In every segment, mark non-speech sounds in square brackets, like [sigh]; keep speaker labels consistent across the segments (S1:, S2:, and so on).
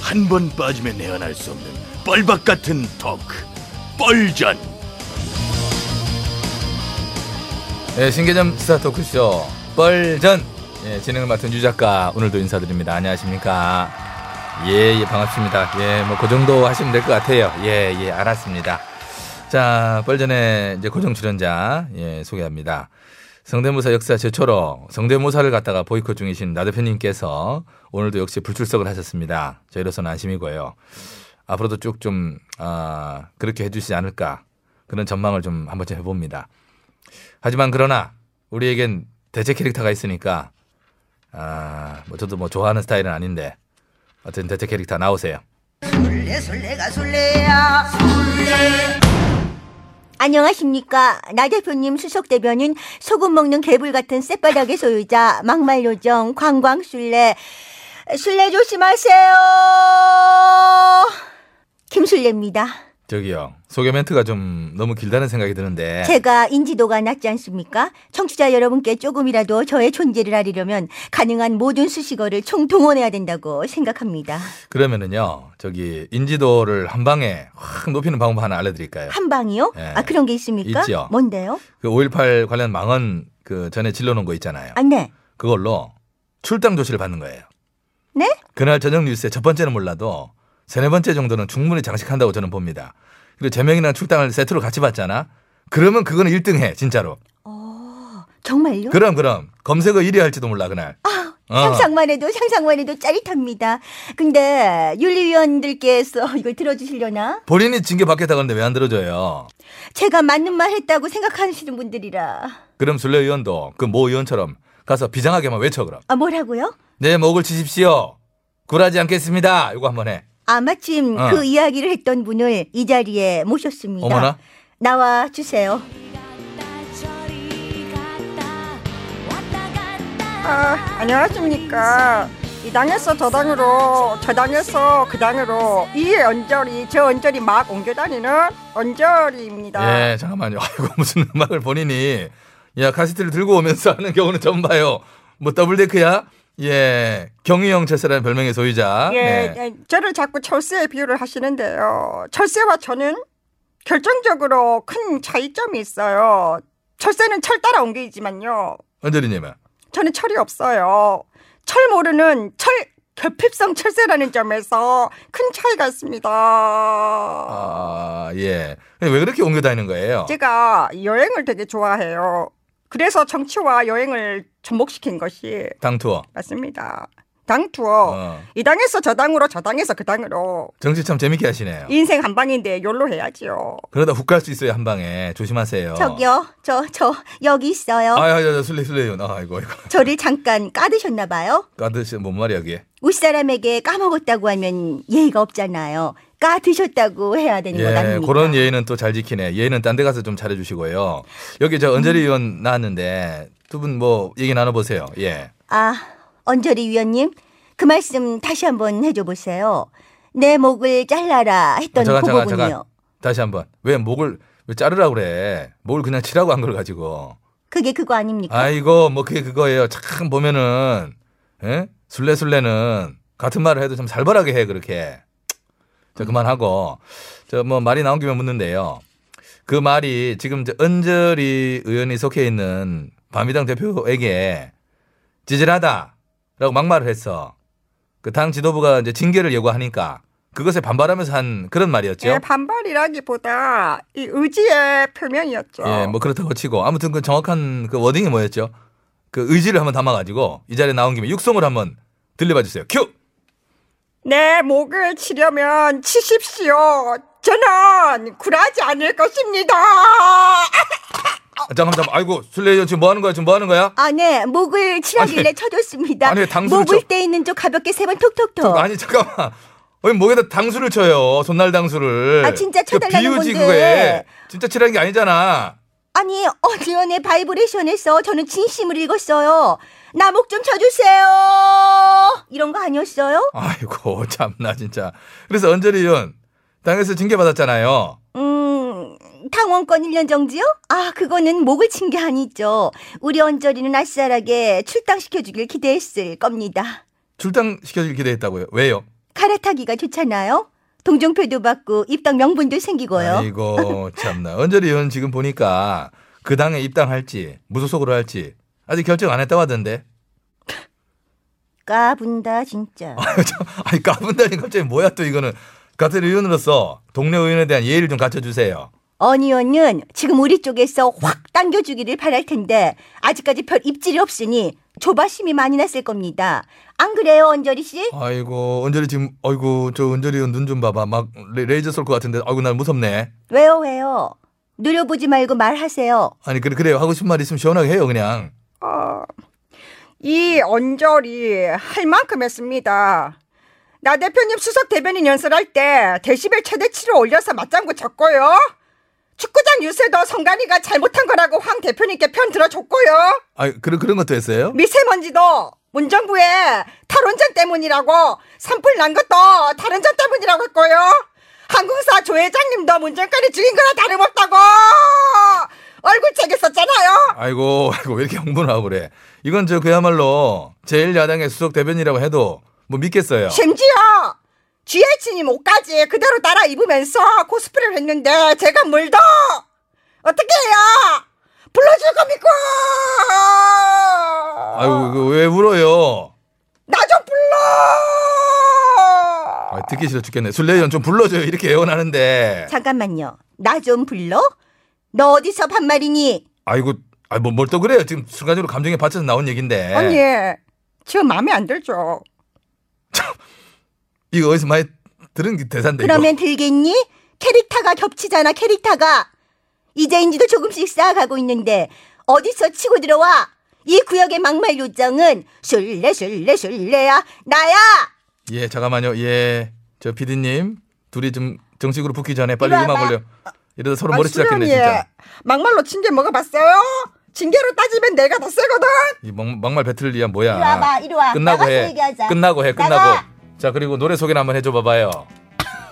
S1: 한 번 빠지면 헤어날 수 없는 뻘박 같은 토크 뻘전
S2: 예, 신개념 스타 토크쇼 뻘전 예, 진행을 맡은 유 작가 오늘도 인사드립니다. 안녕하십니까? 예, 예 반갑습니다. 예, 뭐 그 정도 하시면 될 것 같아요. 예, 예 알았습니다. 자, 뻘전의 이제 고정 출연자 예, 소개합니다. 성대모사 역사 최초로 성대모사를 갖다가 보이콧 중이신 나 대표님께서 오늘도 역시 불출석을 하셨습니다. 저희로서는 안심이고요. 앞으로도 쭉 좀 아, 그렇게 해주시지 않을까 그런 전망을 좀 한번 좀 해봅니다. 하지만 그러나 우리에겐 대체 캐릭터가 있으니까 아, 뭐 저도 뭐 좋아하는 스타일은 아닌데 어쨌든 대체 캐릭터 나오세요.
S3: 술래 술래가 술래야
S4: 안녕하십니까. 나 대표님 수석 대변인 소금 먹는 개불 같은 쌔바닥의 소유자 막말 요정 관광술래 술래 조심하세요. 김술래입니다.
S2: 저기요 소개 멘트가 좀 너무 길다는 생각이 드는데
S3: 네.
S4: 제가 인지도가 낮지 않습니까? 청취자 여러분께 조금이라도 저의 존재를 알리려면 가능한 모든 수식어를 총동원해야 된다고 생각합니다.
S2: 그러면은요 저기 인지도를 한 방에 확 높이는 방법 하나
S3: 네.
S2: 알려드릴까요?
S4: 한 방이요?
S2: 예.
S4: 아 그런 게 있습니까?
S2: 있지요.
S4: 뭔데요?
S2: 그 5.18 관련 망언 그 전에 질러놓은 거 있잖아요.
S4: 아 네.
S2: 그걸로 출당 조치를 받는 거예요.
S4: 네?
S2: 그날 저녁 뉴스에 첫 번째는 몰라도 세네 번째 정도는 충분히 장식한다고 저는 봅니다. 그리고 제명이랑 출당을 세트로 같이 받잖아. 그러면 그거는 1등해 진짜로.
S4: 어, 정말요?
S2: 그럼 그럼 검색어 1위 할지도 몰라 그날. 어.
S4: 상상만 해도 상상만 해도 짜릿합니다. 근데 윤리위원들께서 [laughs] 이걸 들어주시려나?
S2: 본인이 징계 받겠다 그러는데 왜 안 들어줘요?
S4: 제가 맞는 말 했다고 생각하시는 분들이라.
S2: 그럼 순례 의원도 그 모 의원처럼 가서 비장하게만 외쳐 그럼.
S4: 아 뭐라고요?
S2: 내 목을 치십시오. 굴하지 않겠습니다. 이거 한번 해.
S4: 아 마침
S2: 어.
S4: 그 이야기를 했던 분을 이 자리에 모셨습니다.
S2: 어머나.
S4: 나와 주세요.
S3: 아, 안녕하십니까 이 당에서 저 당으로 저 당에서 그 당으로 이 언저리 저 언저리 막 옮겨다니는 언저리입니다
S2: 예, 잠깐만요. [laughs] 아이고 무슨 음악을 본인이 야 카세트를 들고 오면서 하는 경우는 처음 봐요. 뭐 더블데크야? 예, 경희형 철새라는 별명의 소유자.
S3: 예,
S2: 네.
S3: 예, 저를 자꾸 철새에 비유를 하시는데요 철새와 저는 결정적으로 큰 차이점이 있어요 철새는 철 따라 옮기지만요
S2: 언저리님은
S3: 저는 철이 없어요. 철 모르는 철 결핍성 철새라는 점에서 큰 차이가 있습니다.
S2: 아, 예. 왜 그렇게 옮겨 다니는 거예요?
S3: 제가 여행을 되게 좋아해요. 그래서 정치와 여행을 접목시킨 것이
S2: 당 투어.
S3: 맞습니다. 당 투어.
S2: 어.
S3: 이 당에서 저 당으로 저 당에서 그 당으로
S2: 정치 참 재밌게 하시네요.
S3: 인생 한 방인데 욜로 해야지요.
S2: 그러다 훅 갈 수 있어요 한 방에 조심하세요.
S4: 저기요, 저 저 여기 있어요.
S2: 어. 아야, 야, 야, 술래 술래요. 아, 이거 이거
S4: 저를 잠깐 까드셨나 봐요.
S2: 까드시 뭔 말이야 이게?
S4: 윗사람에게 까먹었다고 하면 예의가 없잖아요. 까드셨다고 해야 되는 것
S2: 예,
S4: 아닙니까?
S2: 그런 예의는 또 잘 지키네. 예의는 딴 데 가서 좀 잘해주시고요. 여기 저
S4: 음.
S2: 언저리 의원 나왔는데 두 분 뭐 얘기 나눠보세요. 예.
S4: 아, 언저리 위원님, 그 말씀 다시 한번 해줘 보세요. 내 목을 잘라라 했던
S2: 아, 잠깐, 잠깐,
S4: 그거군요.
S2: 잠깐. 다시 한번. 왜 목을 왜 자르라 그래? 목을 그냥 치라고 한 걸 가지고.
S4: 그게 그거 아닙니까?
S2: 아이고, 뭐 그게 그거예요. 참 보면은 예? 술래술래는 같은 말을 해도 좀 살벌하게 해 그렇게. 저
S4: 음.
S2: 그만하고 저 뭐 말이 나온 김에 묻는데요. 그 말이 지금 저 은절이 의원이 속해 있는 밤미당 대표에게 지질하다라고 막말을 했어. 그 당 지도부가 이제 징계를 예고하니까 그것에 반발하면서 한 그런 말이었죠.
S3: 예, 반발이라기보다 이 의지의 표명이었죠.
S4: 아.
S2: 예, 뭐 그렇다고 치고 아무튼 그 정확한 그 워딩이 뭐였죠? 그 의지를 한번 담아가지고 이 자리에 나온 김에 육성을 한번 들려봐 주세요. 큐.
S3: 내 목을 치려면 치십시오. 저는 굴하지 않을 것입니다.
S2: 아, 잠깐 잠깐. 아이고 술래 의원 지금 뭐 하는 거야? 지금 뭐 하는 거야?
S4: 아, 네, 목을 치라길래
S2: 아니,
S4: 쳐줬습니다.
S2: 아니, 당수를
S4: 목을
S2: 쳐-
S4: 떼이는 쪽 가볍게 세 번 톡톡톡.
S2: 아니 잠깐만. 왜 목에다 당수를 쳐요? 손날 당수를.
S4: 아, 진짜
S2: 그
S4: 쳐달라는
S2: 비유지
S4: 건데.
S2: 그거에. 진짜 치라는 게 아니잖아.
S4: 아니, 어지연의 바이브레이션에서 저는 진심을 읽었어요. 나 목 좀 쳐주세요. 이런 거 아니었어요?
S2: 아이고 [laughs] 참나 진짜. 그래서 언저리 의원 당에서 징계 받았잖아요.
S4: 음, 당원권 1년 정지요? 아, 그거는 목을 친 게 아니죠. 우리 언저리는 아싸하게 출당시켜주길 기대했을 겁니다.
S2: 출당 시켜주길 기대했다고요. 왜요?
S4: 갈아타기가 좋잖아요. 동정표도 받고 입당 명분도 생기고요.
S2: 아이고 참나. 언저리 의원 지금 보니까 그 당에 입당할지 무소속으로 할지 아직 결정 안 했다고 하던데. [laughs]
S4: 까분다 진짜.
S2: 아유, 참. 아니 까분다니 갑자기 뭐야 또 이거는 같은 의원으로서 동료 의원에 대한 예의를 좀 갖춰주세요.
S4: 어니언은 지금 우리 쪽에서 확 당겨주기를 바랄 텐데 아직까지 별 입질이 없으니 조바심이 많이 났을 겁니다. 안 그래요 언저리 씨?
S2: 아이고 은절이 지금 아이고 저 은절이 눈 좀 봐봐 막 레, 레이저 쏠 것 같은데 아이고 난 무섭네
S4: 왜요 왜요? 누려보지 말고 말하세요.
S2: 아니 그래 그래요 하고 싶은 말 있으면 시원하게 해요 그냥
S3: 어, 이 언저리 할 만큼 했습니다. 나 대표님 수석 대변인 연설할 때 데시벨 최대치를 올려서 맞장구 쳤고요. 축구장 유세도 성관이가 잘못한 거라고 황 대표님께 편 들어줬고요.
S2: 아 그런 그런 것도 했어요
S3: 미세먼지도 문정부의 탈원전 때문이라고 산불 난 것도 탈원전 때문이라고 했고요. 항공사 조 회장님도 문정까지 죽인 거나 다름없다고 얼굴 책에 썼잖아요.
S2: 아이고 아이고 왜 이렇게 흥분하고 그래 이건 저 그야말로 제일 야당의 수석 대변이라고 해도 뭐 믿겠어요
S3: 심지어 GH님 옷까지 그대로 따라 입으면서 코스프레를 했는데 제가 뭘 더 어떻게 해요? 불러줄 겁니까?
S4: 어.
S2: 아이고 이거 그 왜 울어요
S3: 나 좀 불러!
S2: 아, 듣기 싫어 죽겠네 술래연 좀 불러줘요 이렇게 애원하는데
S4: 잠깐만요. 나 좀 불러? 너 어디서 반말이니?
S2: 아이고 아뭐뭘또 그래요 지금 순간적으로 감정에 받쳐서 나온 얘긴데
S3: 언니, 지금 마음에 안 들죠?
S2: 이거 어디서 많이 들은 대사인데 이거.
S4: 그러면 들겠니? 캐릭터가 겹치잖아 캐릭터가. 이제인지도 조금씩 쌓아가고 있는데 어디서 치고 들어와? 이 구역의 막말 요정은 술래 술래 술래야 나야.
S2: 예, 잠깐만요. 예, 저 PD님 둘이 좀 정식으로 붙기 전에 빨리
S4: 이리
S2: 음악
S4: 와봐. 어,
S2: 올려. 이러다 서로 머리
S3: 수련이
S2: 찢었겠네 진짜.
S3: 막말로 징계 먹어봤어요? 징계로 따지면 내가 더 세거든?
S2: 이 막, 말 배틀이야 뭐야.
S4: 이리 와봐, 이리 와.
S2: 끝나고
S4: 나가서
S2: 해.
S4: 얘기하자.
S2: 끝나고 해. 끝나고.
S4: 나가.
S2: 자 그리고 노래 소개를 한번 해줘 봐봐요.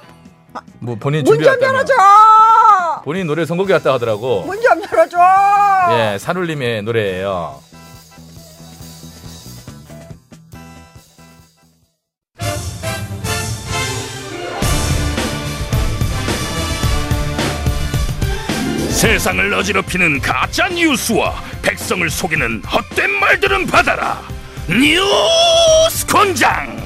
S4: [laughs]
S2: 뭐 본인
S3: 문 좀
S2: 준비했다며.
S3: 열어줘!
S2: 본인 노래 선곡이 왔다 하더라고.
S3: 문 좀 열어줘!
S2: 예, 산울님의 노래예요.
S1: 세상을 어지럽히는 가짜 뉴스와 백성을 속이는 헛된 말들은 받아라. 뉴스 권장.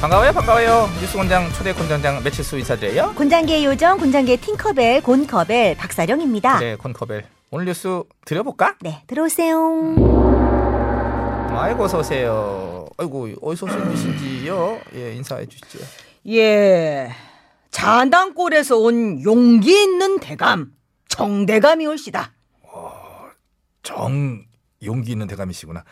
S2: 반가워요, 반가워요. 뉴스 권장 초대 권장장 매치수 인사드려요.
S4: 곤장계 요정 곤장계 팅커벨 곤커벨 박사령입니다.
S2: 네, 콘커벨. 오늘 뉴스 드려볼까?
S4: 네, 들어오세요.
S2: 아이고 어서 오세요. 아이고 어디서 오신 분이신지요? 예, 인사해 주시죠.
S5: 예. 자당골에서 온 용기 있는 대감, 정대감이 올시다.
S2: 정 용기 있는 대감이시구나.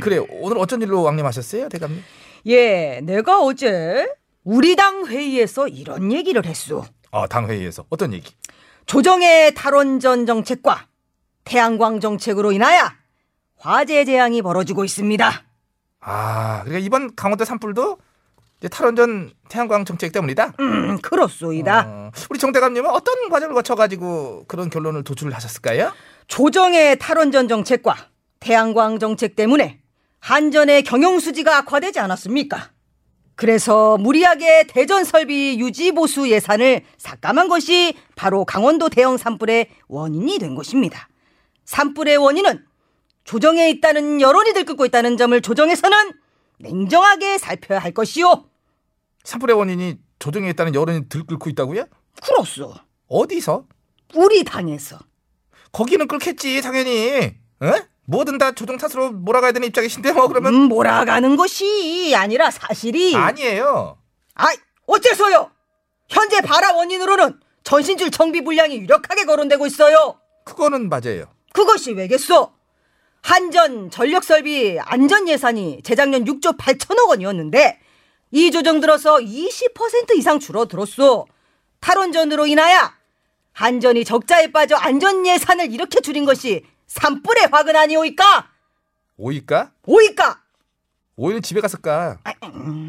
S2: 그래 오늘 어쩐 일로 왕림하셨어요 대감님?
S5: 예, 내가 어제 우리 당 회의에서 이런 얘기를 했소.
S2: 아 당회의에서 어떤 얘기?
S5: 조정의 탈원전 정책과 태양광 정책으로 인하여 화재 재앙이 벌어지고 있습니다.
S2: 아 그러니까 이번 강원도 산불도 이제 탈원전 태양광 정책 때문이다.
S5: 음, 그렇소이다.
S2: 어, 우리 정 대감님은 어떤 과정을 거쳐가지고 그런 결론을 도출하셨을까요?
S5: 조정의 탈원전 정책과 태양광 정책 때문에 한전의 경영 수지가 악화되지 않았습니까? 그래서 무리하게 대전 설비 유지 보수 예산을 삭감한 것이 바로 강원도 대형 산불의 원인이 된 것입니다. 산불의 원인은 조정에 있다는 여론이 들끓고 있다는 점을 조정에서는 냉정하게 살펴야 할 것이요.
S2: 산불의 원인이 조정에 있다는 여론이 들끓고 있다고요?
S5: 그렇소.
S2: 어디서?
S5: 우리 당에서
S2: 거기는 끓겠지 당연히. 어? 뭐든 다 조정 탓으로 몰아가야 되는 입장이신데 뭐 그러면
S5: 음, 몰아가는 것이 아니라
S4: 음.
S5: 사실이
S2: 아니에요.
S5: 아, 어째서요? 현재 발화 원인으로는 전신줄 정비 불량이 유력하게 거론되고 있어요.
S2: 그거는 맞아요.
S5: 그것이 왜겠소? 한전 전력 설비 안전 예산이 재작년 6조 8천억 원이었는데 이 조정 들어서 20% 이상 줄어들었소. 탈원전으로 인하여 한전이 적자에 빠져 안전 예산을 이렇게 줄인 것이 산불의 화근 아니오이까?
S2: 오이까?
S5: 오이까?
S2: 오히려 집에 가서 까.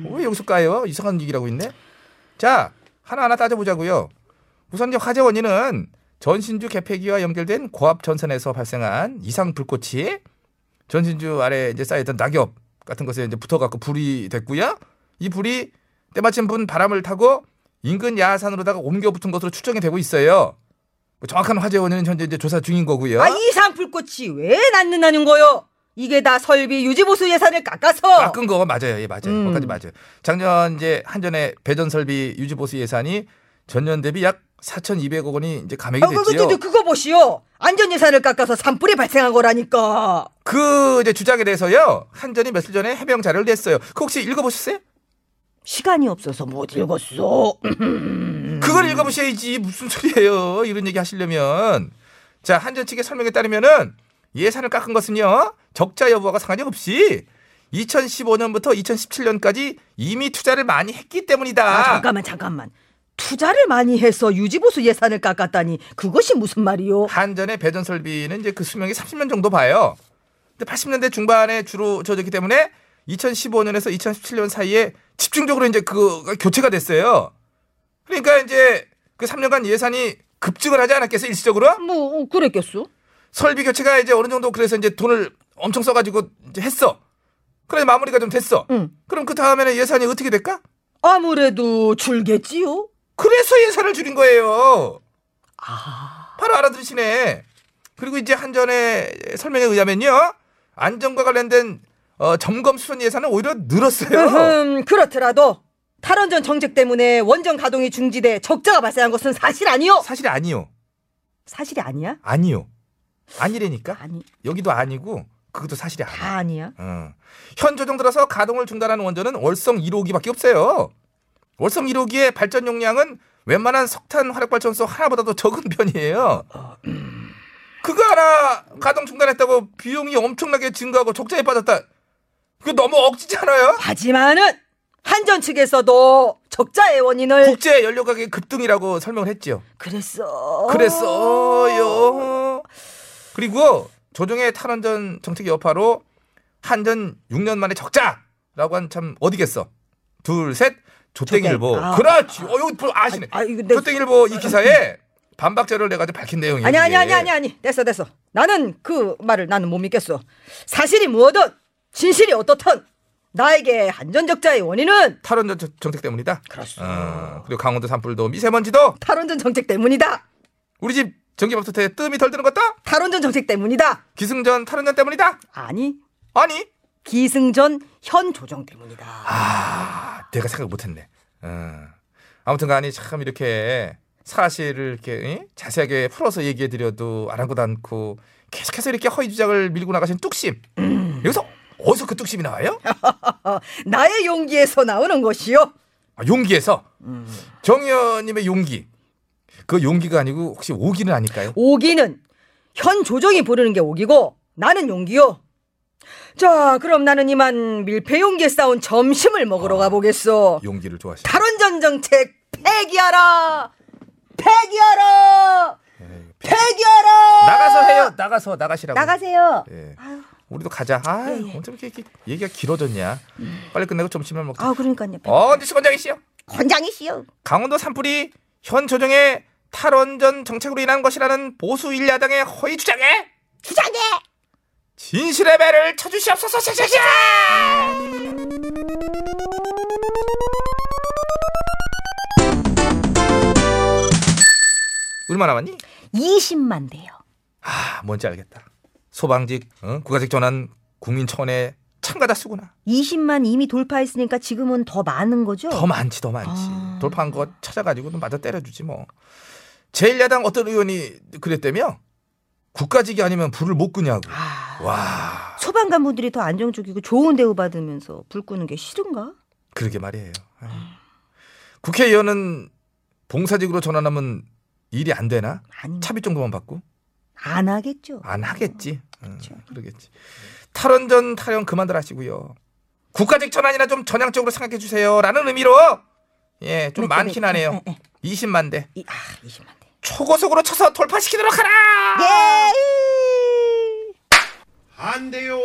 S2: 왜 여기서 까요? 이상한 얘기라고 있네. 자 하나하나 따져보자고요. 우선 이제 화재 원인은 전신주 개폐기와 연결된 고압 전선에서 발생한 이상 불꽃이 전신주 아래 이제 쌓였던 낙엽 같은 것에 이제 붙어갖고 불이 됐고요. 이 불이 때마침 분 바람을 타고 인근 야산으로다가 옮겨 붙은 것으로 추정이 되고 있어요. 뭐 정확한 화재 원인은 현재 이제 조사 중인 거고요.
S5: 아, 이상 불꽃이 왜 낫는다는 거요? 이게 다 설비 유지보수 예산을 깎아서.
S2: 깎은 거 맞아요. 예, 맞아요.
S5: 어. 음.
S2: 거기까지 맞아요. 작년 이제 한전의 배전 설비 유지 보수 예산이 전년 대비 약 4,200억 원이 이제 감액이
S5: 아, 그, 그,
S2: 됐지요.
S5: 그, 그거 보시오. 안전 예산을 깎아서 산불이 발생한 거라니까.
S2: 그 이제 주장에 대해서요. 한전이 며칠 전에 해명 자료를 냈어요. 그 혹시 읽어 보셨어요?
S5: 시간이 없어서 못 읽었어. 음.
S2: 그걸 읽어 보셔야지. 무슨 소리예요. 이런 얘기 하시려면 자, 한전 측의 설명에 따르면은 예산을 깎은 것은요. 적자 여부와 상관이 없이 2015년부터 2017년까지 이미 투자를 많이 했기 때문이다.
S5: 아, 잠깐만, 잠깐만. 투자를 많이 해서 유지보수 예산을 깎았다니 그것이 무슨 말이요?
S2: 한전의 배전 설비는 이제 그 수명이 30년 정도 봐요. 근데 80년대 중반에 주로 저졌기 때문에 2015년에서 2017년 사이에 집중적으로 이제 그 교체가 됐어요. 그러니까 이제 그 3년간 예산이 급증을 하지 않았겠어요, 일시적으로?
S5: 뭐 어, 그랬겠소?
S2: 설비 교체가 이제 어느 정도 그래서 이제 돈을 엄청 써가지고 이제 했어. 그래 마무리가 좀 됐어.
S5: 응.
S2: 그럼 그 다음에는 예산이 어떻게 될까?
S5: 아무래도 줄겠지요.
S2: 그래서 예산을 줄인 거예요. 바로 알아들으시네. 그리고 이제 한전의 설명에 의하면요. 안전과 관련된 어, 점검 수선 예산은 오히려
S5: [laughs]
S2: 늘었어요.
S5: 으흠, 그렇더라도 탈원전 정책 때문에 원전 가동이 중지돼 적자가 발생한 것은 사실 아니요.
S2: 사실 아니요.
S5: 사실이 아니야?
S2: 아니요. 아니라니까.
S5: 아니
S2: 여기도 아니고 그것도 사실이 아니야.
S5: 다 아니야.
S2: 어. 현 조정 들어서 가동을 중단하는 원전은 월성 1호기밖에 없어요. 월성 1호기의 발전 용량은 웬만한 석탄 화력 발전소 하나보다도 적은 편이에요. 그거 하나 가동 중단했다고 비용이 엄청나게 증가하고 적자에 빠졌다. 그거 너무 억지지 않아요?
S5: 하지만은 한전 측에서도 적자의 원인을
S2: 국제 연료 가격 급등이라고 설명을 했지요.
S5: 그랬어.
S2: 그랬어요. 그리고 조정의 탈원전 정책 여파로 한전 6년 만에 적자라고 한 참 어디겠어. 둘, 셋. 조땡일보.
S5: 조땡. 아.
S2: 그렇지. 어, 이거 또 아시네.
S5: 아, 아, 이거 내-
S2: 조땡일보 이 기사에 반박 자료를 내가 이 밝힌 내용이에요.
S5: 아니 아니
S2: 이게.
S5: 아니 아니 아니 됐어 됐어. 나는 그 말을 나는 못 믿겠어. 사실이 뭐든 진실이 어떻든 나에게 한전 적자의 원인은
S2: 탈원전 정- 정책 때문이다.
S5: 그렇소.
S2: 어, 그리고 강원도 산불도 미세먼지도
S5: 탈원전 정책 때문이다.
S2: 우리 집 전기밥솥에 뜸이 덜 드는 것도
S5: 탈원전 정책 때문이다.
S2: 기승전 탈원전 때문이다.
S5: 아니
S2: 아니.
S5: 기승전 현 조정 때문이다.
S2: 아, 내가 생각 못했네. 어. 아무튼 간에 참 이렇게 사실을 이렇게 이? 자세하게 풀어서 얘기해드려도 아랑곳 않고 계속해서 이렇게 허위 주장을 밀고 나가신 뚝심. 여기서 어디서 그 뚝심이 나와요?
S5: 어, 나의 용기에서 나오는 것이요.
S2: 아, 용기에서 정 의원님의 용기. 그 용기가 아니고 혹시 오기는 아닐까요?
S5: 오기는 현 조정이 부르는 게 오기고 나는 용기요. 자, 그럼 나는 이만 밀폐 용기에 싸운 점심을 먹으러 가보겠소.
S2: 용기를 좋아하시는.
S5: 탈원전 정책 폐기하라. 폐기하라. 폐기하라.
S2: 나가서 해요. 나가서 나가시라고.
S4: 나가세요.
S2: 예. 우리도 가자. 아, 어쩜 이렇게 얘기가 길어졌냐? 빨리 끝내고 점심을 먹자.
S5: 아, 그러니까요.
S2: 어, 뉴스 원장이시여.
S4: 권장이시여.
S2: 강원도 산불이 현 조정의 탈원전 정책으로 인한 것이라는 보수 일야당의 허위 주장에
S4: 주장해.
S2: 진실의 배를 쳐주시옵소서. 샤샤샤! 얼마 남았니?
S4: 20만 대요.
S2: 아, 뭔지 알겠다. 소방직, 어? 국가직 전환 국민청원에 참가자 수구나.
S4: 20만 이미 돌파했으니까 지금은 더 많은 거죠?
S2: 더 많지 더 많지
S4: 아.
S2: 돌파한 거 찾아가지고 또 맞아 때려주지 뭐 제1야당 어떤 의원이 그랬다며 국가직이 아니면 불을 못 끄냐고 와
S4: 소방 간부들이 아, 더 안정적이고 좋은 대우 받으면서 불 끄는 게 싫은가?
S2: 그러게 말이에요 아유. 국회의원은 봉사직으로 전환하면 일이 안 되나
S4: 아니
S2: 차비 정도만 받고
S4: 안 하겠죠.
S2: 안 하겠지 응, 그러겠지 탈원전 타령 그만들 하시고요 국가직 전환이나 좀 전향적으로 생각해 주세요라는 의미로 예 좀 많긴 하네요 20만 대
S4: 이, 아, 20만 대.
S2: 초고속으로 쳐서 돌파시키도록 하라!
S4: 예.
S1: 안 돼요.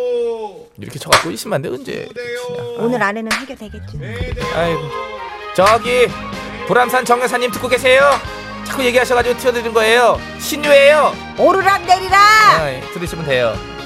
S2: 이렇게 쳐갖고 20만 대 언제?
S4: 오늘 안에는 해결되겠죠.
S2: 아이고. 저기, 불암산 정여사님 듣고 계세요? 자꾸 얘기하셔가지고 튀어드린 거예요. 신유예요.
S4: 오르락 내리락
S2: 아, 들으시면 돼요.